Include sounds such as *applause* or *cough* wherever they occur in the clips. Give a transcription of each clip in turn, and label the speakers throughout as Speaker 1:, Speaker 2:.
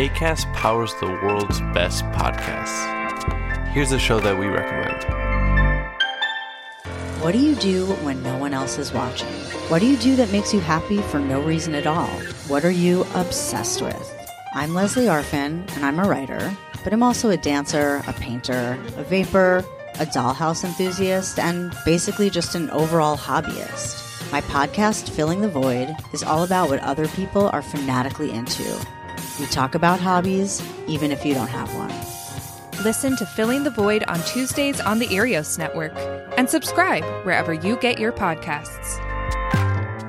Speaker 1: ACAST powers the world's best podcasts. Here's a show that we recommend.
Speaker 2: What do you do when no one else is watching? What do you do that makes you happy for no reason at all? What are you obsessed with? I'm Leslie Arfin, and I'm a writer, but I'm also a dancer, a painter, a vapor, a dollhouse enthusiast, and basically just an overall hobbyist. My podcast, Filling the Void, is all about what other people are fanatically into. We talk about hobbies, even if you don't have one.
Speaker 3: Listen to Filling the Void on Tuesdays on the Erios Network and subscribe wherever you get your podcasts.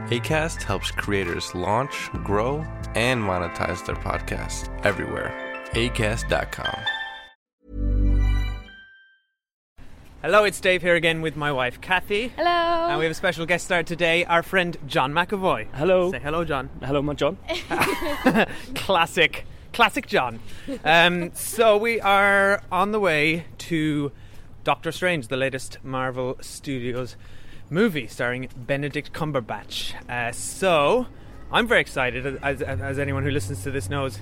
Speaker 1: ACAST helps creators launch, grow, and monetize their podcasts everywhere. ACAST.com.
Speaker 4: Hello, it's Dave here again with my wife Kathy.
Speaker 5: Hello.
Speaker 4: And we have a special guest star today, our friend John McAvoy.
Speaker 6: Hello.
Speaker 4: Say hello, John.
Speaker 6: Hello, my John.
Speaker 4: Classic. Classic John. Um, so we are on the way to Doctor Strange, the latest Marvel Studios movie starring Benedict Cumberbatch. Uh, so I'm very excited, as, as anyone who listens to this knows.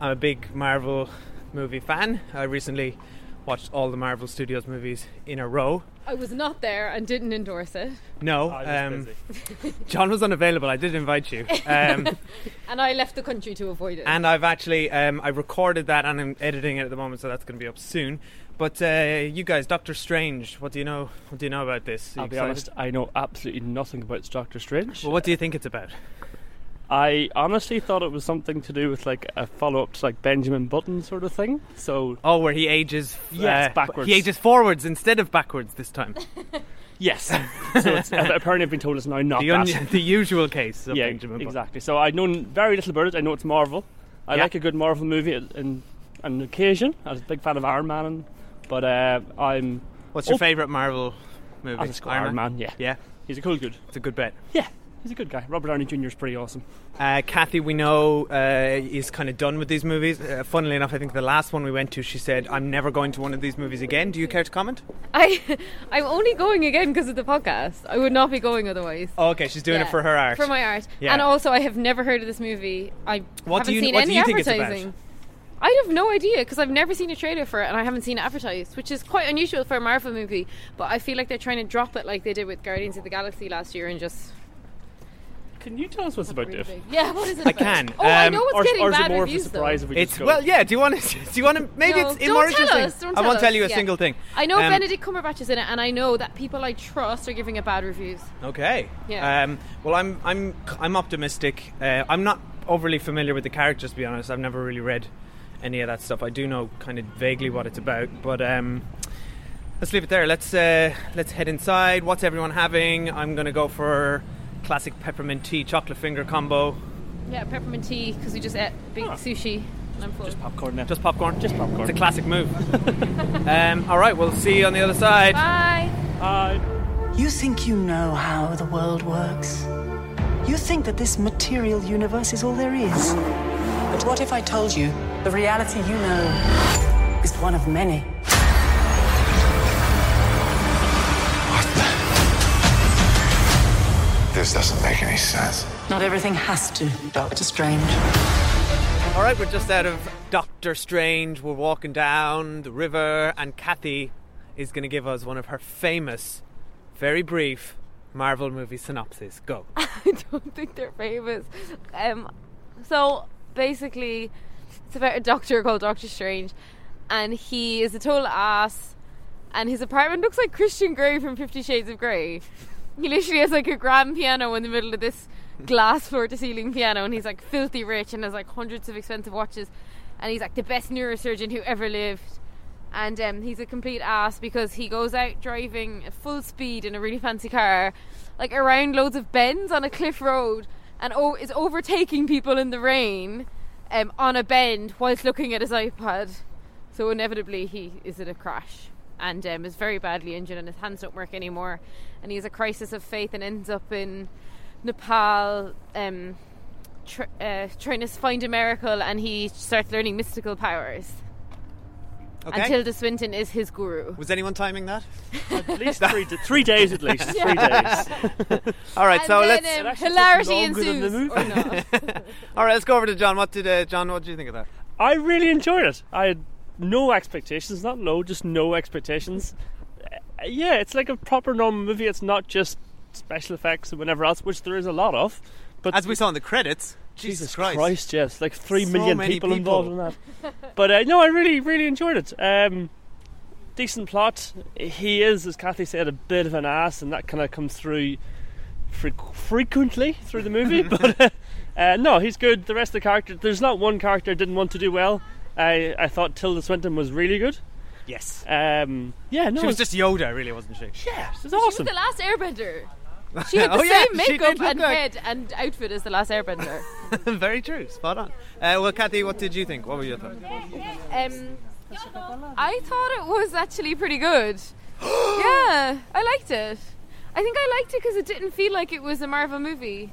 Speaker 4: I'm a big Marvel movie fan. I recently watched all the Marvel Studios movies in a row.
Speaker 5: I was not there and didn't endorse it,
Speaker 4: No, um, John was unavailable. I did invite you, um,
Speaker 5: and I left the country to avoid it.
Speaker 4: and I've actually um, I recorded that and I'm editing it at the moment, so that's going to be up soon. But uh, you guys, Doctor Strange, what do you know? What do you know about this? Are you
Speaker 6: I'll be
Speaker 4: excited?
Speaker 6: honest, I know absolutely nothing about Doctor Strange.
Speaker 4: Well, what do you think it's about?
Speaker 6: I honestly thought it was something to do with like a follow up to like Benjamin Button sort of thing. So
Speaker 4: Oh, where he ages.
Speaker 6: Yes,
Speaker 4: uh,
Speaker 6: backwards.
Speaker 4: He ages forwards instead of backwards this
Speaker 6: *laughs*
Speaker 4: time.
Speaker 6: yes, *laughs* so it's, uh, apparently I've been told it's now not
Speaker 4: The,
Speaker 6: that.
Speaker 4: un- the usual case *laughs* of
Speaker 6: yeah,
Speaker 4: Benjamin Button.
Speaker 6: exactly. So I know n- very little about it. I know it's Marvel. I
Speaker 4: Yeah.
Speaker 6: like a good Marvel movie and on an occasion. I was a big fan of Iron Man, and, but uh, I'm
Speaker 4: What's your
Speaker 6: Oh.
Speaker 4: favorite Marvel movie?
Speaker 6: I just go Iron Man. Yeah,
Speaker 4: Yeah,
Speaker 6: he's a cool good.
Speaker 4: it's a good bet.
Speaker 6: Yeah, he's a good guy. Robert Downey Jr. is pretty awesome.
Speaker 4: Uh, Kathy, we know, uh, is kind of done with these movies. Uh, funnily enough, I think the last one we went to, she said, I'm never going to one of these movies again. Do you care to comment?
Speaker 5: I, *laughs* I'm only going again because of the podcast. I would not be going otherwise.
Speaker 4: Oh, okay, she's doing
Speaker 5: Yeah,
Speaker 4: it for her art.
Speaker 5: For my art,
Speaker 4: Yeah.
Speaker 5: and also I have never heard of this movie. I
Speaker 4: What do
Speaker 5: haven't
Speaker 4: you-
Speaker 5: seen
Speaker 4: what do
Speaker 5: any
Speaker 4: you think it's about?
Speaker 5: advertising. I have no idea because I've never seen a trailer for it and I haven't seen it advertised, which is quite unusual for a Marvel movie. But I feel like they're trying to drop it like they did with Guardians of the Galaxy last year and just.
Speaker 6: Can you tell us what's about Dave?
Speaker 5: Yeah, what is it?
Speaker 4: I
Speaker 5: about?
Speaker 4: can,
Speaker 5: Oh, I
Speaker 4: um,
Speaker 5: know it's
Speaker 6: or,
Speaker 5: getting
Speaker 6: or is
Speaker 5: bad
Speaker 6: it more of a
Speaker 5: reviews, though.
Speaker 6: surprise if we
Speaker 4: It's
Speaker 6: just go?
Speaker 4: well, yeah. Do you want to? *laughs* Do you want to? Maybe
Speaker 5: No,
Speaker 4: it's in
Speaker 5: don't
Speaker 4: more
Speaker 5: tell
Speaker 4: interesting.
Speaker 5: us, don't
Speaker 4: I won't
Speaker 5: tell
Speaker 4: tell you a
Speaker 5: us, yeah.
Speaker 4: single thing.
Speaker 5: I know
Speaker 4: Um,
Speaker 5: Benedict Cumberbatch is in it, and I know that people I trust are giving it bad reviews.
Speaker 4: Okay.
Speaker 5: Yeah.
Speaker 4: Um, well, I'm I'm I'm optimistic. Uh, I'm not overly familiar with the characters, to be honest. I've never really read any of that stuff. I do know kind of vaguely what it's about, but um, let's leave it there. Let's uh, let's head inside. What's everyone having? I'm gonna go for classic peppermint tea chocolate finger combo.
Speaker 5: Yeah, peppermint tea because we just ate big sushi, and I'm full.
Speaker 6: Just popcorn now.
Speaker 4: Just popcorn.
Speaker 6: Just popcorn.
Speaker 4: It's a classic move. *laughs* um, all right. We'll see you on the other side.
Speaker 5: *laughs* Bye.
Speaker 6: Hi.
Speaker 7: You think you know how the world works? You think that this material universe is all there is? But what if I told you the reality you know is one of many?
Speaker 8: This doesn't make any sense.
Speaker 7: Not everything has to, Doctor Strange.
Speaker 4: All right, we're just out of Doctor Strange. We're walking down the river, and Kathy is going to give us one of her famous, very brief Marvel movie synopses.
Speaker 5: *laughs*
Speaker 4: Go.
Speaker 5: I don't think they're famous. Um, so basically, it's about a doctor called Doctor Strange, and he is a total ass, and his apartment looks like Christian Grey from Fifty Shades of Grey. He literally has like a grand piano in the middle of this glass floor to ceiling piano, and he's like filthy rich and has like hundreds of expensive watches, and he's like the best neurosurgeon who ever lived and um, he's a complete ass because he goes out driving at full speed in a really fancy car, like around loads of bends on a cliff road, and o- is overtaking people in the rain um, on a bend whilst looking at his iPad. So inevitably, he is in a crash and um, is very badly injured, and his hands don't work anymore. And he has a crisis of faith and ends up in Nepal. Um, tr- uh, trying to find a miracle, and he starts learning mystical powers.
Speaker 4: Okay.
Speaker 5: And Tilda Swinton is his guru.
Speaker 4: was anyone timing that?
Speaker 6: At least three, d- three days, at *laughs* least three days.
Speaker 4: All right,
Speaker 5: And
Speaker 4: so
Speaker 5: then,
Speaker 4: let's.
Speaker 5: um,
Speaker 6: It actually took
Speaker 5: hilarity
Speaker 6: longer than the
Speaker 5: ensues. Or
Speaker 6: movie.
Speaker 5: not.
Speaker 4: All right, let's go over to John. What did uh, John? What do you think of that?
Speaker 6: I really enjoyed it. I had no expectations, not low, just no expectations. Uh, Yeah, it's like a proper normal movie. It's not just special effects and whatever else, which there is a lot of. But
Speaker 4: As we saw in the credits, Jesus,
Speaker 6: Jesus Christ, yes, like three
Speaker 4: So
Speaker 6: million
Speaker 4: many
Speaker 6: people,
Speaker 4: people.
Speaker 6: involved in that. but uh, no, I really, really enjoyed it. Um, decent plot. He is, as Kathy said, a bit of an ass, and that kind of comes through freq frequently through
Speaker 4: *laughs*
Speaker 6: the movie. but uh, uh, no, he's good. The rest of the character, there's not one character I didn't want to do well. I, I thought Tilda Swinton was really good.
Speaker 4: Yes,
Speaker 6: Um, yeah, no,
Speaker 4: she was
Speaker 6: it's-
Speaker 4: just Yoda, really, wasn't she?
Speaker 6: yeah, it's
Speaker 5: She
Speaker 6: awesome.
Speaker 5: was the last airbender. She had the
Speaker 4: *laughs* Oh, yeah,
Speaker 5: same
Speaker 4: she did
Speaker 5: makeup
Speaker 4: look
Speaker 5: and
Speaker 4: like-
Speaker 5: head and outfit as the last airbender.
Speaker 4: *laughs* Very true. Spot on. Uh, well, Kathy, what did you think? What were your thoughts?
Speaker 5: Um, I thought it was actually pretty
Speaker 6: *gasps*
Speaker 5: good. yeah, I liked it. I think I liked it because it didn't feel like it was a Marvel movie.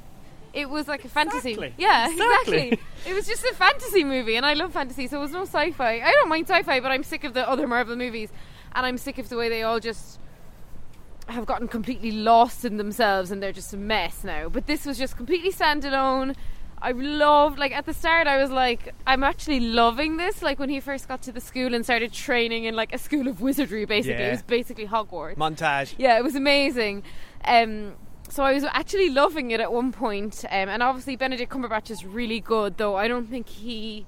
Speaker 5: It was like a fantasy.
Speaker 6: Exactly.
Speaker 5: Yeah,
Speaker 6: Exactly.
Speaker 5: exactly. it was just a fantasy movie, and I love fantasy, so it was no sci fi. I don't mind sci fi, but I'm sick of the other Marvel movies, and I'm sick of the way they all just have gotten completely lost in themselves and they're just a mess now. But this was just completely standalone. I loved, like, at the start, I was like, I'm actually loving this. Like, when he first got to the school and started training in, like, a school of wizardry, basically.
Speaker 4: Yeah.
Speaker 5: It was basically Hogwarts.
Speaker 4: Montage.
Speaker 5: Yeah, it was amazing. Um, so I was actually loving it at one point, um, and obviously Benedict Cumberbatch is really good, though I don't think he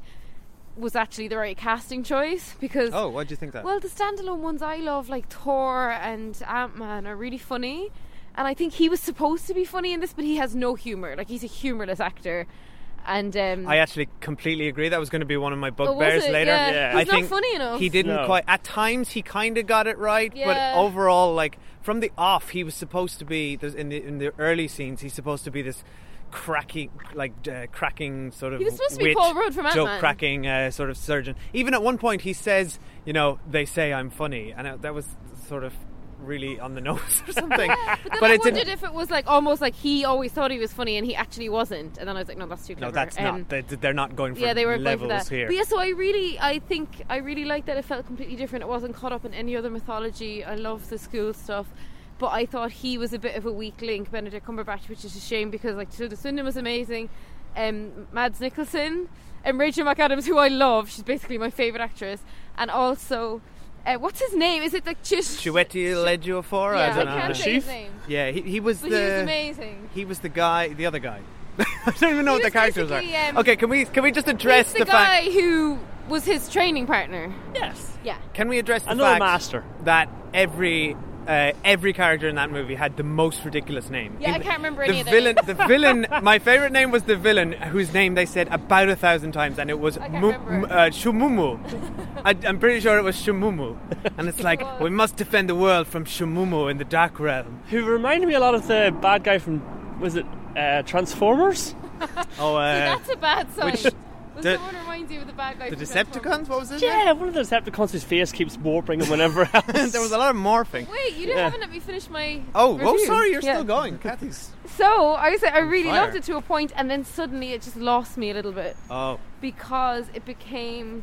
Speaker 5: was actually the right casting choice because
Speaker 4: Oh, what do you think that?
Speaker 5: well, the standalone ones I love, like Thor and Ant Man, are really funny. And I think he was supposed to be funny in this, but he has no humor. Like he's a humorless actor. And um, *laughs*
Speaker 4: I actually completely agree. That was going to be one of my
Speaker 5: Oh, was
Speaker 4: bugbears
Speaker 5: it?
Speaker 4: later.
Speaker 5: Yeah.
Speaker 6: Yeah.
Speaker 4: I
Speaker 5: He's not
Speaker 4: think
Speaker 5: funny enough.
Speaker 4: He didn't
Speaker 6: No.
Speaker 4: quite. At times, he kind of got it right,
Speaker 5: Yeah.
Speaker 4: but overall, like from the off, he was supposed to be there's- in the in the early scenes. He's supposed to be this cracking, like uh, cracking sort of.
Speaker 5: He was supposed to be
Speaker 4: wit,
Speaker 5: Paul Rudd from Ant-Man.
Speaker 4: joke cracking uh, sort of surgeon. Even at one point, he says, "You know, they say I'm funny," and uh, that was sort of really on the *laughs* nose or something.
Speaker 5: but then I
Speaker 4: it
Speaker 5: wondered
Speaker 4: didn't.
Speaker 5: if it was like almost like he always thought he was funny and he actually wasn't. And then I was like, no, that's too
Speaker 4: no,
Speaker 5: clever.
Speaker 4: that's
Speaker 5: Um,
Speaker 4: not. They, they're not going for
Speaker 5: yeah, they were going
Speaker 4: levels
Speaker 5: for that.
Speaker 4: here.
Speaker 5: But yeah, so I really, I think I really liked that. It felt completely different. It wasn't caught up in any other mythology. I love the school stuff, but I thought he was a bit of a weak link, Benedict Cumberbatch, which is a shame because like Tilda Swinton was amazing, um, Mads Nicholson, and Rachel McAdams, who I love. She's basically my favorite actress, and also. Uh, what's his name? Is it like Chish?
Speaker 4: Chiwetel Ejiofor.
Speaker 5: Yeah,
Speaker 4: I
Speaker 5: I
Speaker 4: don't know.
Speaker 5: can't say his name,
Speaker 4: Yeah, he, he was
Speaker 5: but
Speaker 4: the
Speaker 5: he was amazing.
Speaker 4: he was the guy, the other guy. *laughs* I don't even know
Speaker 5: He
Speaker 4: what the
Speaker 5: was
Speaker 4: characters are.
Speaker 5: basically, um,
Speaker 4: okay, can we can we just address
Speaker 5: He's the, guy
Speaker 4: fact?
Speaker 5: who was his training partner.
Speaker 6: yes,
Speaker 5: Yeah.
Speaker 4: Can we address the
Speaker 6: another
Speaker 4: fact
Speaker 6: master.
Speaker 4: that every uh, every character in that movie had the most ridiculous name?
Speaker 5: Yeah, I can't remember any
Speaker 4: the
Speaker 5: of their
Speaker 4: villain,
Speaker 5: names.
Speaker 4: the villain.
Speaker 5: *laughs*
Speaker 4: My favorite name was the villain, whose name they said about a thousand times, and it was
Speaker 5: can't
Speaker 4: Mu-
Speaker 5: remember
Speaker 4: M-
Speaker 5: it.
Speaker 4: uh,
Speaker 5: *laughs*
Speaker 4: Shumumu. I, I'm pretty sure it was Shumumu, and it's like we must defend the world from Shumumu in the dark realm.
Speaker 6: Who reminded me a lot of the bad guy from was it uh, Transformers?
Speaker 4: Oh, uh,
Speaker 5: *laughs* That's a bad sign.
Speaker 4: which-
Speaker 5: Well,
Speaker 4: the-
Speaker 5: someone reminds you of the bad guy.
Speaker 4: the
Speaker 5: from
Speaker 4: Decepticons.
Speaker 5: Transformers.
Speaker 4: What was his name?
Speaker 6: Yeah, one of the Decepticons whose face keeps warping
Speaker 4: *laughs*
Speaker 6: and whenever else.
Speaker 4: There was a lot of morphing.
Speaker 5: Wait, you didn't
Speaker 6: Yeah.
Speaker 5: haven't let me finish my.
Speaker 4: Oh, oh,
Speaker 5: review.
Speaker 4: sorry, you're
Speaker 5: Yeah.
Speaker 4: still going, Kathy's.
Speaker 5: So I said I really
Speaker 4: fire.
Speaker 5: loved it to a point, and then suddenly it just lost me a little bit
Speaker 4: Oh,
Speaker 5: because it became,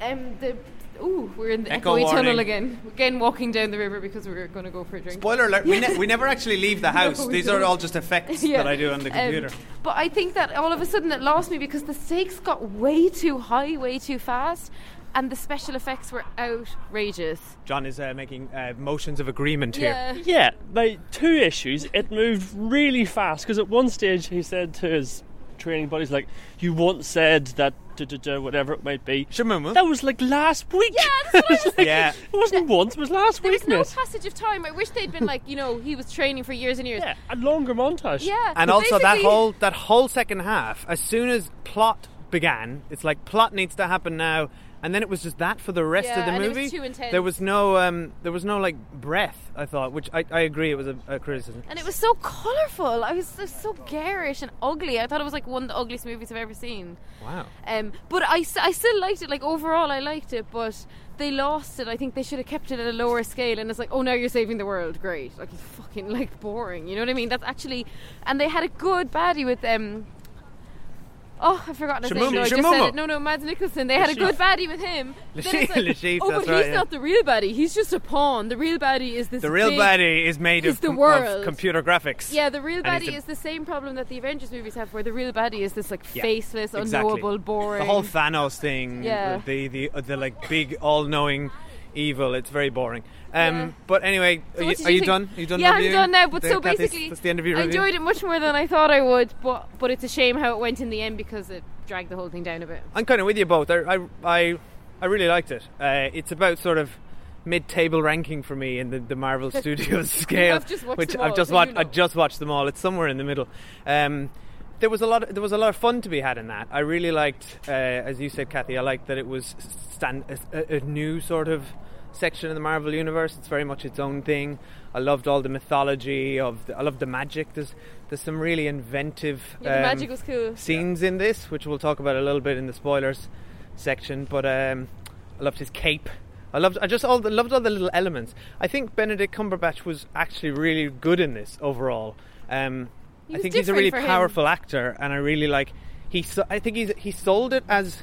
Speaker 5: um, the. Ooh, we're in the
Speaker 4: Echo
Speaker 5: echoey tunnel
Speaker 4: warning.
Speaker 5: again. Again, walking down the river because we were going to go for a drink.
Speaker 4: spoiler alert! We, ne- we never actually leave the house.
Speaker 5: *laughs* No, we
Speaker 4: These are
Speaker 5: don't.
Speaker 4: all just effects
Speaker 5: *laughs* Yeah.
Speaker 4: that I do on the
Speaker 5: Um,
Speaker 4: computer.
Speaker 5: but I think that all of a sudden it lost me because the stakes got way too high, way too fast, and the special effects were outrageous.
Speaker 4: John is uh, making uh, motions of agreement here.
Speaker 6: *laughs* Yeah, they two issues. It moved really fast because at one stage he said to his training buddies, like, "You once said that duh, duh, duh, whatever it might be."
Speaker 4: Shamumu.
Speaker 6: That was like last week. *laughs*
Speaker 5: Yeah, that's what I was
Speaker 4: *laughs*
Speaker 5: *laughs*
Speaker 4: Yeah.
Speaker 6: it wasn't once. It was last
Speaker 5: There
Speaker 6: week.
Speaker 5: was no
Speaker 6: miss.
Speaker 5: passage of time. I wish they'd been like, you know, he was training for years and years.
Speaker 6: yeah, a longer montage.
Speaker 5: Yeah,
Speaker 4: And also that
Speaker 5: basically-
Speaker 4: whole that whole second half, as soon as plot began. It's like plot needs to happen now, and then it was just that for the rest
Speaker 5: Yeah,
Speaker 4: of the
Speaker 5: and it was
Speaker 4: movie.
Speaker 5: too intense.
Speaker 4: There was no, um, there was no like breath. I thought, which I, I agree, it was a, a criticism.
Speaker 5: And it was so colourful. I was so, so garish and ugly. I thought it was like one of the ugliest movies I've ever seen.
Speaker 4: Wow.
Speaker 5: Um, but I, s- I still liked it. Like overall, I liked it, but they lost it. I think they should have kept it at a lower scale. And it's like, oh, now you're saving the world. Great. Like it's fucking like boring. You know what I mean? That's actually, and they had a good baddie with them. Oh, I've forgotten his name.
Speaker 4: Shamumu.
Speaker 5: No, I just said
Speaker 4: Shamumu.
Speaker 5: it. No, no, Mads Nicholson. They had a good
Speaker 4: Lashif.
Speaker 5: baddie with
Speaker 4: *laughs*
Speaker 5: him. Then it's like,
Speaker 4: Lashif,
Speaker 5: oh, but
Speaker 4: that's right,
Speaker 5: he's
Speaker 4: yeah.
Speaker 5: not the real baddie. He's just a pawn. The real baddie is this.
Speaker 4: The real
Speaker 5: big-
Speaker 4: baddie is made
Speaker 5: is
Speaker 4: of,
Speaker 5: the
Speaker 4: com- of
Speaker 5: world.
Speaker 4: computer graphics.
Speaker 5: yeah, the real
Speaker 4: And he's
Speaker 5: baddie
Speaker 4: the-
Speaker 5: is the same problem that the Avengers movies have, where the real baddie is this like
Speaker 4: Yeah,
Speaker 5: faceless,
Speaker 4: exactly.
Speaker 5: unknowable, boring.
Speaker 4: The whole Thanos thing,
Speaker 5: Yeah.
Speaker 4: the the uh, the like big all-knowing evil. It's very boring. Um,
Speaker 5: Yeah.
Speaker 4: But anyway,
Speaker 5: So
Speaker 4: are,
Speaker 5: what
Speaker 4: you,
Speaker 5: did
Speaker 4: are you
Speaker 5: think?
Speaker 4: done? Are you done?
Speaker 5: Yeah, I'm
Speaker 4: reviewing?
Speaker 5: done now. But
Speaker 4: The-
Speaker 5: so
Speaker 4: Kathy's-
Speaker 5: basically,
Speaker 4: that's the end of your
Speaker 5: I
Speaker 4: review.
Speaker 5: enjoyed it much more than I thought I would. But but it's a shame how it went in the end because it dragged the whole thing down a bit.
Speaker 4: I'm kind of with you both. I I I, I really liked it. Uh, it's about sort of mid-table ranking for me in the, the
Speaker 5: *laughs*
Speaker 4: Marvel Studios scale,
Speaker 5: have just watched
Speaker 4: which
Speaker 5: them
Speaker 4: I've
Speaker 5: all,
Speaker 4: just
Speaker 5: so
Speaker 4: watched.
Speaker 5: you
Speaker 4: I
Speaker 5: know.
Speaker 4: just watched them all. It's somewhere in the middle. Um, there was a lot. there was a lot of fun to be had in that. I really liked, uh, as you said, Kathy. I liked that it was stand, a, a new sort of section of the Marvel universe. It's very much its own thing. I loved all the mythology of. The, I loved the magic. There's there's some really inventive.
Speaker 5: Yeah, the
Speaker 4: um,
Speaker 5: magic was cool.
Speaker 4: scenes in this, which we'll talk about a little bit in the spoilers section. But um, I loved his cape. I loved. I just all the, loved all the little elements. I think Benedict Cumberbatch was actually really good in this overall. Um, I
Speaker 5: He was
Speaker 4: think he's a
Speaker 5: different
Speaker 4: really
Speaker 5: for him.
Speaker 4: powerful actor, and I really like. He. so- I think he's he sold it as.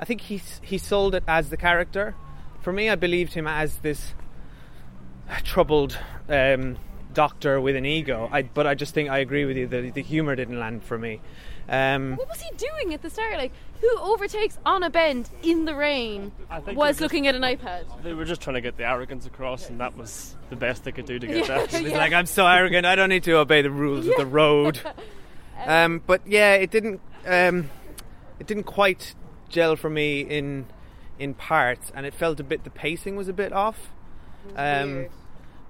Speaker 4: I think he s- he sold it as the character. For me, I believed him as this troubled um, doctor with an ego. I, but I just think I agree with you that the humor didn't land for me. Um,
Speaker 5: What was he doing at the start? Like, who overtakes on a bend in the rain
Speaker 6: I think
Speaker 5: was
Speaker 6: they're just-
Speaker 5: looking at an iPad?
Speaker 6: They were just trying to get the arrogance across, and that was the best they could do
Speaker 5: *laughs*
Speaker 6: to get that.
Speaker 4: It's like I'm so arrogant. I don't need to obey the rules of the
Speaker 5: *laughs*
Speaker 4: road. Um, but yeah, it didn't. Um, it didn't quite gel for me in in parts, and it felt a bit. The pacing was a bit off. Um,
Speaker 5: weird.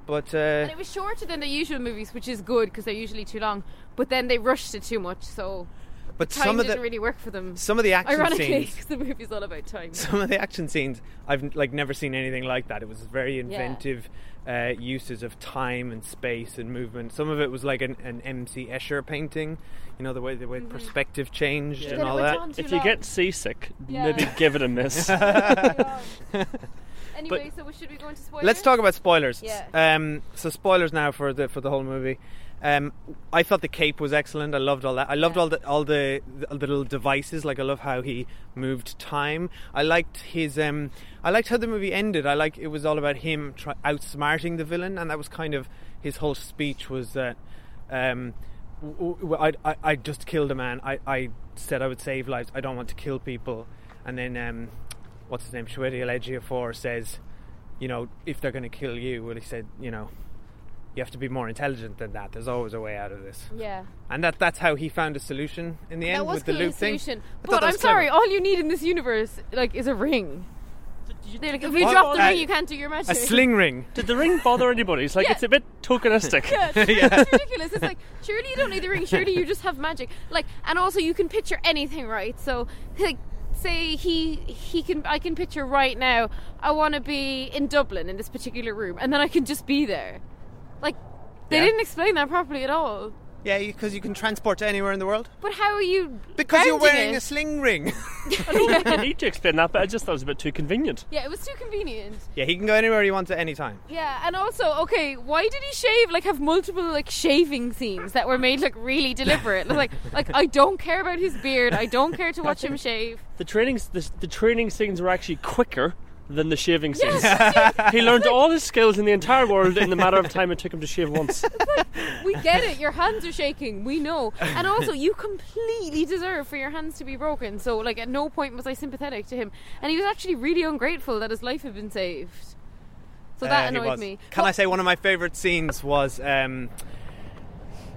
Speaker 4: but uh,
Speaker 5: And it was shorter than the usual movies, which is good because they're usually too long. But then they rushed it too much, so
Speaker 4: but
Speaker 5: time
Speaker 4: some of
Speaker 5: didn't
Speaker 4: the
Speaker 5: really work for them.
Speaker 4: some of the action
Speaker 5: Ironically,
Speaker 4: scenes. *laughs*
Speaker 5: 'cause the movie's all about time.
Speaker 4: some of the action scenes I've like never seen anything like that. It was very inventive uh, uses of time and space and movement. Some of it was like an, an M.C. Escher painting, you know, the way the way perspective changed
Speaker 6: Yeah.
Speaker 4: and
Speaker 5: Then Mm-hmm. it
Speaker 4: all
Speaker 5: went
Speaker 4: that.
Speaker 5: on too
Speaker 6: if you
Speaker 5: long.
Speaker 6: get seasick,
Speaker 5: Yeah.
Speaker 6: maybe give it a
Speaker 5: *laughs*
Speaker 6: miss.
Speaker 5: anyway, so we- should we go into spoilers?
Speaker 4: Let's talk about spoilers.
Speaker 5: Yeah.
Speaker 4: Um, so spoilers now for the for the whole movie. Um, I thought the cape was excellent. I loved all that. I loved all the all the, the little devices. Like I love how he moved time. I liked his. Um, I liked how the movie ended. I like it was all about him try, outsmarting the villain, and that was kind of his whole speech was that. Um, w- w- I, I, I just killed a man. I, I said I would save lives. I don't want to kill people. And then, um, what's his name? Shwedi Elegiafor says, you know, if they're going to kill you, well, he said, you know, you have to be more intelligent than that. There's always a way out of this.
Speaker 5: Yeah.
Speaker 4: And that that's how he found a solution in the
Speaker 5: That
Speaker 4: end
Speaker 5: was
Speaker 4: with the
Speaker 5: cool
Speaker 4: loop thing.
Speaker 5: solution.
Speaker 4: I thought
Speaker 5: But
Speaker 4: that
Speaker 5: I'm
Speaker 4: was
Speaker 5: sorry,
Speaker 4: clever.
Speaker 5: all you need in this universe, like, is a ring. They're like, if you
Speaker 4: What?
Speaker 5: drop the
Speaker 4: Uh,
Speaker 5: ring, you can't do your magic.
Speaker 4: A
Speaker 5: *laughs*
Speaker 4: sling ring.
Speaker 6: Did the ring bother anybody? It's like
Speaker 5: Yeah.
Speaker 6: it's a bit
Speaker 4: *laughs*
Speaker 6: tokenistic.
Speaker 5: it's ridiculous. It's like surely you don't need the ring. Surely you just have magic. Like, and also you can picture anything, right? So, like, say he he can I can picture right now. I want to be in Dublin in this particular room, and then I can just be there. Like, they
Speaker 4: Yeah.
Speaker 5: didn't explain that properly at all.
Speaker 4: Yeah, because you can transport to anywhere in the world.
Speaker 5: But how are you?
Speaker 4: Because you're
Speaker 5: grounding
Speaker 4: wearing
Speaker 5: it?
Speaker 4: a sling ring. *laughs*
Speaker 6: *laughs* I don't think you need to explain that, but I just thought it was a bit too convenient.
Speaker 5: Yeah, it was too convenient.
Speaker 4: yeah, he can go anywhere he wants at any time.
Speaker 5: Yeah, and also, okay, why did he shave? Like, have multiple like shaving scenes that were made like really
Speaker 4: *laughs*
Speaker 5: deliberate. Like, like I don't care about his beard. I don't care to watch him shave.
Speaker 6: The training, the, the training scenes were actually quicker than the shaving scenes. he learned all his skills in the entire world in the matter of time it took him to shave once.
Speaker 5: We get it. Your hands are shaking. We know. And also, you completely deserve for your hands to be broken. So, like, at no point was I sympathetic to him. And he was actually really ungrateful that his life had been saved. So that
Speaker 4: Uh, he
Speaker 5: annoyed
Speaker 4: was.
Speaker 5: me.
Speaker 4: Can I
Speaker 5: Well,
Speaker 4: say one of my favourite scenes was um,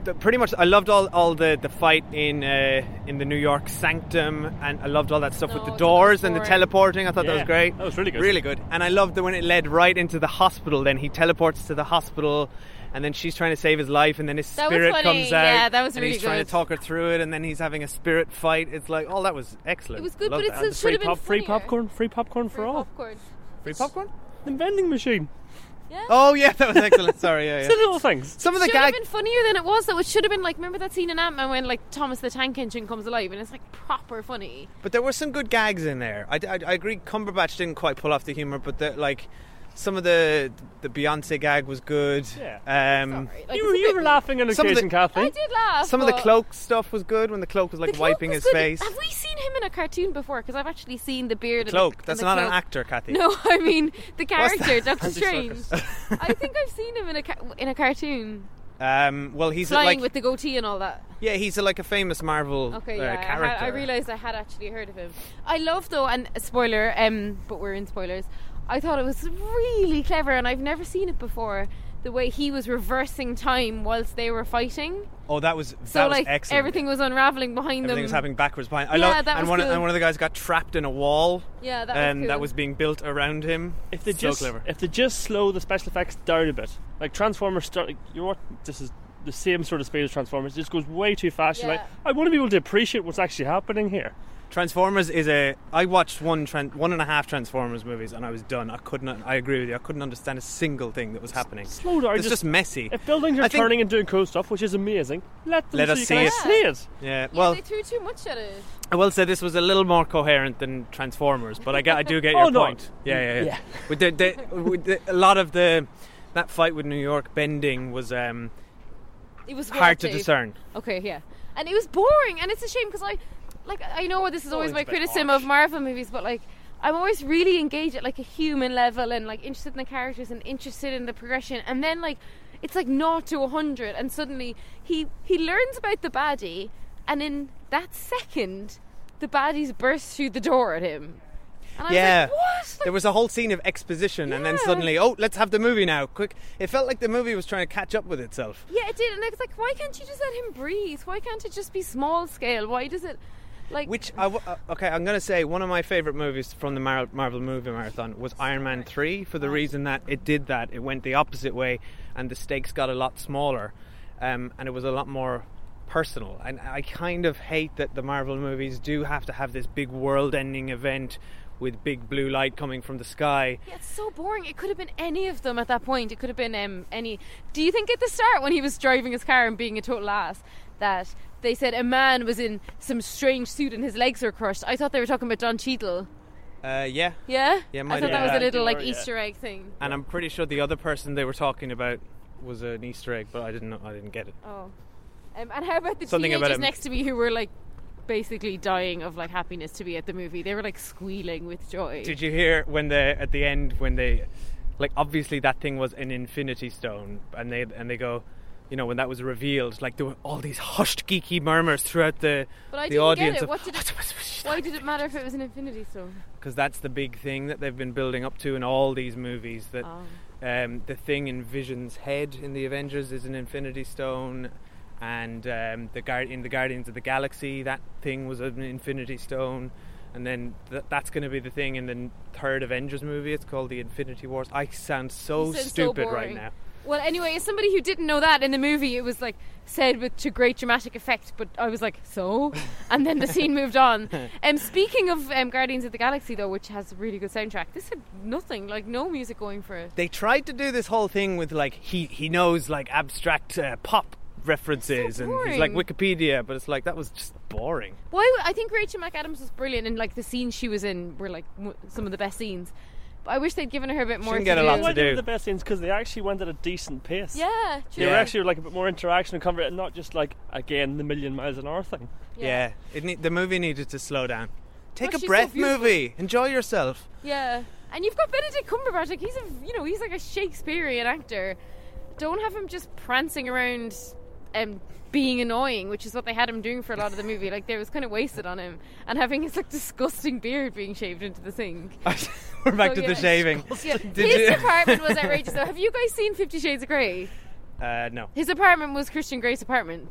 Speaker 4: the, pretty much I loved all, all the, the fight in uh, in the New York Sanctum, and I loved all that stuff
Speaker 5: No,
Speaker 4: with
Speaker 5: I
Speaker 4: the
Speaker 5: thought that
Speaker 4: doors
Speaker 5: was
Speaker 4: and the
Speaker 5: boring.
Speaker 4: teleporting. I thought that
Speaker 6: Yeah,
Speaker 4: was great.
Speaker 6: that was really good.
Speaker 4: Really good. And I loved the when it led right into the hospital. Then he teleports to the hospital. And then she's trying to save his life, and then his
Speaker 5: That was
Speaker 4: spirit
Speaker 5: funny.
Speaker 4: comes out.
Speaker 5: Yeah, that was
Speaker 4: and
Speaker 5: really
Speaker 4: he's trying
Speaker 5: good.
Speaker 4: to talk her through it, and then he's having a spirit fight. It's like, oh, that was excellent.
Speaker 5: It was good,
Speaker 4: Love
Speaker 5: but it's
Speaker 4: that.
Speaker 5: it should
Speaker 6: Free,
Speaker 5: have been
Speaker 6: pop, free
Speaker 5: funnier.
Speaker 6: popcorn, free popcorn for
Speaker 5: Free
Speaker 6: all.
Speaker 5: popcorn.
Speaker 4: free popcorn.
Speaker 6: The vending machine.
Speaker 5: Yeah.
Speaker 4: Oh yeah, that was excellent. Sorry,
Speaker 5: *laughs*
Speaker 4: yeah,
Speaker 6: It's
Speaker 4: yeah.
Speaker 6: the little things.
Speaker 4: Some of the
Speaker 5: should have
Speaker 4: gag
Speaker 5: been funnier than it was though. It should have been like remember that scene in Ant Man when like Thomas the Tank Engine comes alive and it's like proper funny.
Speaker 4: But there were some good gags in there. I, I, I agree. Cumberbatch didn't quite pull off the humor, but the, like some of the the Beyonce gag was good. Yeah. Um,
Speaker 5: Sorry,
Speaker 6: You were, you were laughing on
Speaker 4: Some of the-
Speaker 6: occasion, Kathleen.
Speaker 5: I did laugh.
Speaker 4: Some of the
Speaker 5: but-
Speaker 4: cloak stuff was good when the cloak was
Speaker 5: The
Speaker 4: like
Speaker 5: cloak
Speaker 4: wiping
Speaker 5: was
Speaker 4: his
Speaker 5: good.
Speaker 4: face.
Speaker 5: Have we seen him in a cartoon before? Because I've actually seen the beard. and the-
Speaker 4: Cloak.
Speaker 5: and
Speaker 4: That's
Speaker 5: the
Speaker 4: not an
Speaker 5: cloak.
Speaker 4: actor, Kathy.
Speaker 5: No, *laughs* I mean the
Speaker 4: *laughs* What's that?
Speaker 6: *laughs*
Speaker 5: character Doctor
Speaker 4: Andy
Speaker 5: Strange.
Speaker 4: Serkis.
Speaker 5: *laughs* I think I've seen him in a ca- in a cartoon,
Speaker 4: Um, well, he's like
Speaker 5: flying with the goatee and all that.
Speaker 4: yeah, he's a, like a famous Marvel
Speaker 5: Okay,
Speaker 4: uh,
Speaker 5: yeah, I,
Speaker 4: character.
Speaker 5: had, I realized I had actually heard of him. I love though, and spoiler, um, but we're in spoilers. I thought it was really clever, and I've never seen it before. The way he was reversing time whilst they were fighting,
Speaker 4: Oh, that was that
Speaker 5: so
Speaker 4: was
Speaker 5: like
Speaker 4: excellent.
Speaker 5: everything was unraveling behind
Speaker 4: Everything
Speaker 5: them.
Speaker 4: was happening backwards behind. I
Speaker 5: Yeah,
Speaker 4: love,
Speaker 5: that
Speaker 4: and
Speaker 5: was
Speaker 4: one of-
Speaker 5: cool.
Speaker 4: and one of the guys got trapped in a wall,
Speaker 5: Yeah, that
Speaker 4: and
Speaker 5: was cool.
Speaker 4: that was being built around him.
Speaker 6: If they
Speaker 4: so
Speaker 6: just
Speaker 4: clever.
Speaker 6: if they just slow the special effects down a bit, like Transformers, start, like, you know what? This is the same sort of speed as Transformers. It just goes way too fast. You're
Speaker 5: Yeah.
Speaker 6: like, I want to be able to appreciate what's actually happening here.
Speaker 4: Transformers is a. I watched one tran one and a half Transformers movies and I was done. I couldn't. I agree with you. I couldn't understand a single thing that was happening.
Speaker 6: Slow down.
Speaker 4: It's just, messy.
Speaker 6: if buildings are
Speaker 4: I think-
Speaker 6: turning and doing cool stuff, which is amazing, let them
Speaker 4: Let
Speaker 6: so
Speaker 4: us
Speaker 6: you
Speaker 4: see
Speaker 6: can
Speaker 4: it.
Speaker 6: see it.
Speaker 4: Yeah.
Speaker 5: Yeah,
Speaker 4: Well,
Speaker 5: they threw too much at it.
Speaker 4: I will say this was a little more coherent than Transformers, but I get. I do get
Speaker 6: *laughs* Oh,
Speaker 4: your
Speaker 6: no.
Speaker 4: point. Yeah, yeah, yeah.
Speaker 6: Yeah.
Speaker 4: With the, the, with the, a lot of the that fight with New York bending was um,
Speaker 5: It was very
Speaker 4: hard to
Speaker 5: safe.
Speaker 4: discern.
Speaker 5: Okay, yeah, and it was boring, and it's a shame because I, like, I know this is always
Speaker 4: Boring's
Speaker 5: my
Speaker 4: a bit
Speaker 5: criticism
Speaker 4: harsh.
Speaker 5: of Marvel movies, but like, I'm always really engaged at like a human level and like interested in the characters and interested in the progression, and then like, it's like not to hundred, and suddenly he he learns about the baddie, and in that second, the baddies burst through the door at him, and I
Speaker 4: Yeah.
Speaker 5: was like, what? Like,
Speaker 4: There was a whole scene of exposition, and then
Speaker 5: Yeah.
Speaker 4: suddenly, oh, let's have the movie now, quick! It felt like the movie was trying to catch up with itself.
Speaker 5: yeah, it did, and I was like, why can't you just let him breathe? Why can't it just be small scale? Why does it? Like,
Speaker 4: Which I w- uh, okay, I'm gonna say one of my favorite movies from the Mar- Marvel movie marathon was Iron Man three for the reason that it did that. It went the opposite way, and the stakes got a lot smaller, um, and it was a lot more personal. And I kind of hate that the Marvel movies do have to have this big world-ending event with big blue light coming from the sky.
Speaker 5: Yeah, it's so boring. It could have been any of them at that point. It could have been um, any. Do you think at the start, when he was driving his car and being a total ass, that they said a man was in some strange suit and his legs were crushed? I thought they were talking about Don Cheadle.
Speaker 4: Uh, yeah,
Speaker 5: Yeah,
Speaker 4: Yeah, might
Speaker 5: I thought
Speaker 4: have
Speaker 5: that was
Speaker 4: been.
Speaker 5: a little like
Speaker 6: Yeah.
Speaker 5: Easter egg thing.
Speaker 4: and I'm pretty sure the other person they were talking about was an Easter egg, but I didn't know, I didn't get it.
Speaker 5: Oh, um, and how about the
Speaker 4: Something about
Speaker 5: teenagers
Speaker 4: him.
Speaker 5: next to me who were like basically dying of like happiness to be at the movie? They were like squealing with joy.
Speaker 4: Did you hear when they at the end when they like obviously that thing was an infinity stone and they and they go you know when that was revealed like there were all these hushed geeky murmurs throughout the
Speaker 5: But I
Speaker 4: the
Speaker 5: didn't get
Speaker 4: audience
Speaker 5: it.
Speaker 4: of
Speaker 5: What did it- Why did it matter if it was an Infinity Stone?
Speaker 4: because that's the big thing that they've been building up to in all these movies that
Speaker 5: Oh.
Speaker 4: um, the thing in Vision's head in the Avengers is an Infinity Stone, and um, the guard in the Guardians of the Galaxy that thing was an Infinity Stone, and then th- that's going to be the thing in the n- third Avengers movie. It's called the Infinity Wars. I sound so
Speaker 5: You sound so
Speaker 4: stupid right
Speaker 5: boring.
Speaker 4: now.
Speaker 5: Well, anyway, as somebody who didn't know that in the movie, it was like said with to great dramatic effect, but I was like, so? And then the scene moved
Speaker 4: *laughs*
Speaker 5: on. Um, speaking of um, Guardians of the Galaxy, though, which has a really good soundtrack, this had nothing, like no music going for it.
Speaker 4: They tried to do this whole thing with like he he knows like abstract uh, pop references and he's like
Speaker 5: boring.
Speaker 4: Wikipedia, but it's like that was just boring.
Speaker 5: Why? I think Rachel McAdams was brilliant, and like the scenes she was in were like w- some of the best scenes. But I wish they'd given her a bit more.
Speaker 4: didn't
Speaker 5: to
Speaker 4: get a lot
Speaker 5: do.
Speaker 4: to
Speaker 6: Why they
Speaker 4: do.
Speaker 6: were the best scenes because they actually went at a decent pace.
Speaker 5: Yeah, true.
Speaker 6: They were
Speaker 4: Yeah.
Speaker 6: actually like a bit more interaction and conversation, not just like again the million miles an hour thing.
Speaker 4: Yeah, It ne- the movie needed to slow down. Take
Speaker 5: But
Speaker 4: a
Speaker 5: she's so
Speaker 4: breath,
Speaker 5: beautiful.
Speaker 4: movie. Enjoy yourself. *laughs*
Speaker 5: Yeah, and you've got Benedict Cumberbatch. Like he's a, you know, he's like a Shakespearean actor. Don't have him just prancing around um, being annoying, which is what they had him doing for a lot of the movie. Like they was kind of wasted on him, and having his like disgusting beard being shaved into the sink.
Speaker 4: We're back to
Speaker 5: So, Oh, yeah.
Speaker 4: the shaving.
Speaker 5: *laughs* Yeah.
Speaker 4: *laughs* Did
Speaker 5: His
Speaker 4: you- *laughs*
Speaker 5: department was outrageous. Though, have you guys seen Fifty Shades of Grey?
Speaker 4: Uh, no.
Speaker 5: His apartment was Christian Gray's apartment.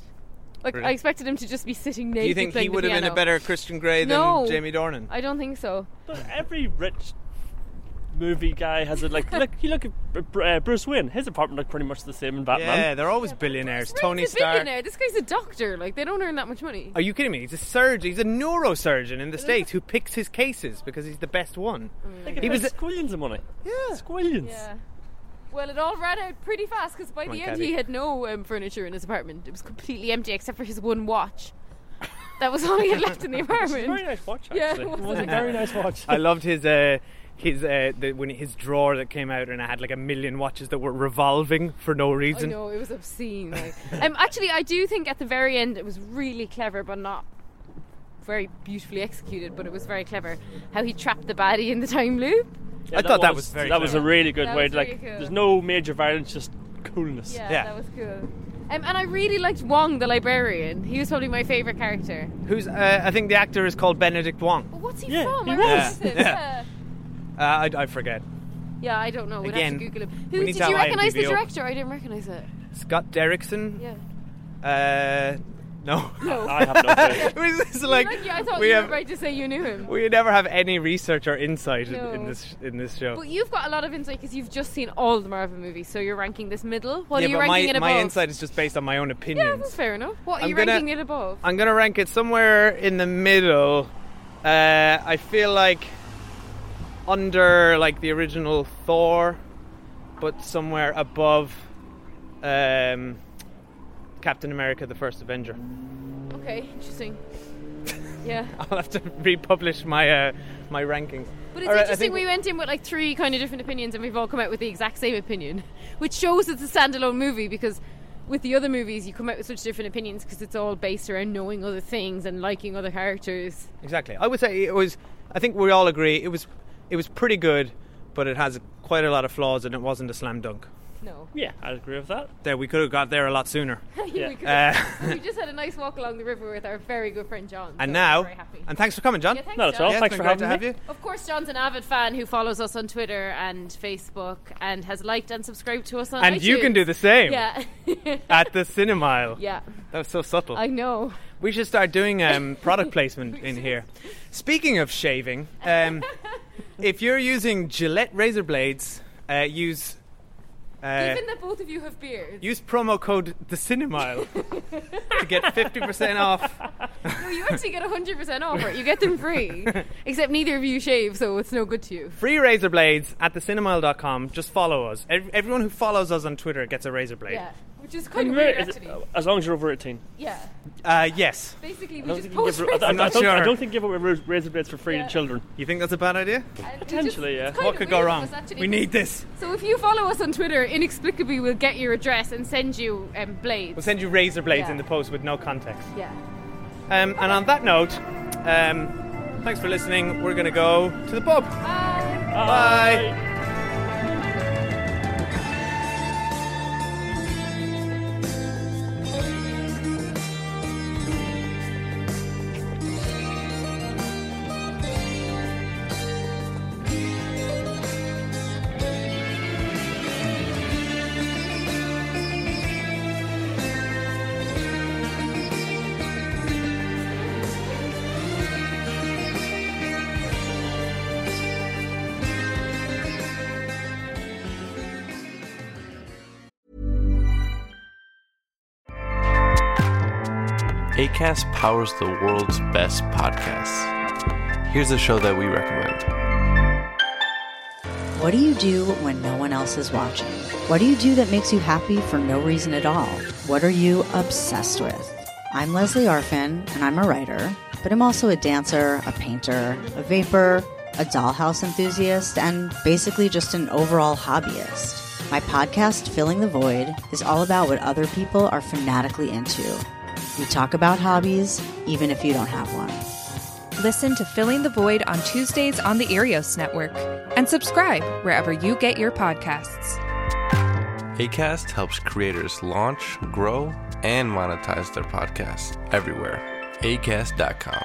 Speaker 5: Like
Speaker 4: Really?
Speaker 5: I expected him to just be sitting naked.
Speaker 4: Do you think he
Speaker 5: playing the
Speaker 4: would have been a
Speaker 5: piano.
Speaker 4: better Christian Grey than
Speaker 5: No.
Speaker 4: Jamie Dornan?
Speaker 5: I don't think so.
Speaker 6: But every rich movie guy has it like look you look at Br- Br- uh, Bruce Wayne his apartment looked pretty much the same in
Speaker 4: yeah,
Speaker 6: Batman
Speaker 4: they're always billionaires. Tony
Speaker 5: He's a
Speaker 4: Stark.
Speaker 5: billionaire. This guy's a doctor. Like they don't earn that much money.
Speaker 4: Are you kidding me? He's a surgeon. He's a neurosurgeon
Speaker 5: *laughs*
Speaker 4: in the States who picks his cases because he's the best one.
Speaker 5: Mm.
Speaker 6: They could
Speaker 4: He
Speaker 6: make
Speaker 4: was-
Speaker 6: squillions of money
Speaker 4: Yeah.
Speaker 6: squillions
Speaker 5: Yeah. Well, it all ran out pretty fast because by
Speaker 4: Come
Speaker 5: the
Speaker 4: on,
Speaker 5: end
Speaker 4: Gabby.
Speaker 5: he had no um, furniture in his apartment. It was completely empty except for his one watch. That was all he had left in the
Speaker 6: very
Speaker 5: apartment.
Speaker 6: nice watch actually
Speaker 5: Yeah,
Speaker 6: it
Speaker 5: wasn't
Speaker 6: was a
Speaker 5: it?
Speaker 6: very nice watch
Speaker 4: I loved his uh, his uh, the, when his drawer that came out and it had like a million watches that were revolving for no
Speaker 5: I
Speaker 4: reason.
Speaker 5: know it was obscene. Like. um, actually, I do think at the very end it was really clever, but not very beautifully executed. But it was very clever how he trapped the baddie in the time loop.
Speaker 6: Yeah,
Speaker 4: I thought that was very
Speaker 6: that was a
Speaker 4: clever.
Speaker 6: really good
Speaker 5: That
Speaker 6: way
Speaker 5: was
Speaker 6: to, like
Speaker 5: really cool.
Speaker 6: there's no major violence just coolness
Speaker 5: Yeah,
Speaker 4: Yeah.
Speaker 5: that was cool. Um, and I really liked Wong the librarian. He was probably my favorite character.
Speaker 4: Who's uh, I think the actor is called Benedict Wong.
Speaker 5: But what's he
Speaker 6: Yeah,
Speaker 5: from?
Speaker 6: he
Speaker 5: I
Speaker 6: was.
Speaker 5: recognize him.
Speaker 4: Yeah.
Speaker 5: yeah.
Speaker 4: Uh, I, I forget.
Speaker 5: Yeah, I don't know. We'd
Speaker 4: Again,
Speaker 5: have to Google him.
Speaker 4: we
Speaker 5: Who
Speaker 4: need
Speaker 5: did
Speaker 4: to
Speaker 5: you recognise the
Speaker 4: IMDb up.
Speaker 5: director? I didn't recognise it.
Speaker 4: Scott Derrickson.
Speaker 5: Yeah.
Speaker 4: Uh, no.
Speaker 5: *laughs*
Speaker 6: I have no
Speaker 4: *laughs*
Speaker 6: clue
Speaker 4: it was just like,
Speaker 5: Like, yeah, I thought
Speaker 4: we
Speaker 5: you
Speaker 4: have
Speaker 5: were right to say you knew him.
Speaker 4: we never have any research or insight in, in
Speaker 5: No.
Speaker 4: this in this show.
Speaker 5: But you've got a lot of insight because you've just seen all the Marvel movies, so you're ranking this middle. What
Speaker 4: yeah,
Speaker 5: are you
Speaker 4: but
Speaker 5: ranking
Speaker 4: my,
Speaker 5: it above?
Speaker 4: my insight is just based on my own
Speaker 5: Yeah,
Speaker 4: opinions.
Speaker 5: that's fair enough. What are
Speaker 4: I'm
Speaker 5: you
Speaker 4: gonna-
Speaker 5: ranking it above?
Speaker 4: I'm gonna rank it somewhere in the middle. Uh, I feel like under like the original Thor, but somewhere above um, Captain America: The First Avenger.
Speaker 5: Okay,
Speaker 4: *laughs*
Speaker 5: interesting. Yeah,
Speaker 4: I'll have to republish my uh, my rankings.
Speaker 5: but it's
Speaker 4: All right, I
Speaker 5: interesting.
Speaker 4: think-
Speaker 5: We went in with like three kind of different opinions, and we've all come out with the exact same opinion, *laughs* which shows it's a standalone movie because. With the other movies, you come out with such different opinions because it's all based around knowing other things and liking other characters.
Speaker 4: Exactly. I would say it was. I think we all agree it was it was pretty good, but it has quite a lot of flaws, and it wasn't a slam dunk.
Speaker 5: No,
Speaker 6: *laughs* yeah I'd agree with that
Speaker 4: There, we could have got there a lot
Speaker 5: *laughs*
Speaker 4: sooner.
Speaker 5: we, could-
Speaker 4: Uh,
Speaker 5: we just had a nice walk along the river with our very good friend John. so
Speaker 4: and
Speaker 5: *laughs* we're
Speaker 4: now,
Speaker 5: very happy.
Speaker 4: and thanks for coming, John.
Speaker 5: yeah, thanks,
Speaker 6: Not at
Speaker 5: John.
Speaker 6: all.
Speaker 4: Yeah, it's been
Speaker 6: Thanks for
Speaker 4: great to
Speaker 6: having
Speaker 4: have
Speaker 6: me.
Speaker 4: you.
Speaker 5: Of course, John's an avid fan who follows us on Twitter and Facebook and has liked and subscribed to us on
Speaker 4: And you can do the same Uh,
Speaker 5: Yeah.
Speaker 4: *laughs*
Speaker 5: *laughs*
Speaker 4: at the cinema aisle.
Speaker 5: yeah,
Speaker 4: That was so subtle.
Speaker 5: I know.
Speaker 4: we should start doing
Speaker 5: *laughs*
Speaker 4: um, product placement in here. Speaking of shaving,
Speaker 5: *laughs*
Speaker 4: um, if you're using Gillette razor blades, uh, use uh,
Speaker 5: Even that both of you have beards.
Speaker 4: use promo code the cinema aisle to get fifty percent off.
Speaker 5: no, you actually get 100% off it. You get
Speaker 4: *laughs*
Speaker 5: them free. Except neither of you shave, so it's no good to you.
Speaker 4: Free razor blades at thecinemail.com. Just follow us. Ev- everyone who follows us on Twitter gets a razor blade.
Speaker 5: Yeah. Which is kind of
Speaker 6: Where
Speaker 5: weird,
Speaker 6: is it-
Speaker 5: actually.
Speaker 6: as long as you're over 18
Speaker 5: Yeah.
Speaker 4: Uh, yes.
Speaker 5: Basically,
Speaker 6: I
Speaker 5: we
Speaker 6: don't
Speaker 5: just
Speaker 6: think you
Speaker 5: post
Speaker 6: give, I, I,
Speaker 4: I'm not
Speaker 6: don't, I
Speaker 4: sure.
Speaker 6: don't think give away ra- razor blades for free
Speaker 5: Yeah.
Speaker 6: to children
Speaker 4: You think that's a bad idea?
Speaker 6: Potentially, yeah.
Speaker 4: What could go wrong? We need this.
Speaker 5: So if you follow us on Twitter, inexplicably we'll get your address and send you um, blades.
Speaker 4: We'll send you razor blades
Speaker 5: Yeah.
Speaker 4: in the post with no context.
Speaker 5: yeah.
Speaker 4: Um, and on that note, um, thanks for listening. We're going to go to the pub. Bye.
Speaker 1: ACAST powers the world's best podcasts. Here's a show that we recommend.
Speaker 2: What do you do when no one else is watching? What do you do that makes you happy for no reason at all? What are you obsessed with? I'm Leslie Arfin, and I'm a writer, but I'm also a dancer, a painter, a vapor, a dollhouse enthusiast, and basically just an overall hobbyist. My podcast, Filling the Void, is all about what other people are fanatically into. We talk about hobbies, even if you don't have one.
Speaker 3: Listen to Filling the Void on Tuesdays on the Erios Network and subscribe wherever you get your podcasts.
Speaker 1: ACAST helps creators launch, grow, and monetize their podcasts everywhere. ACAST.com.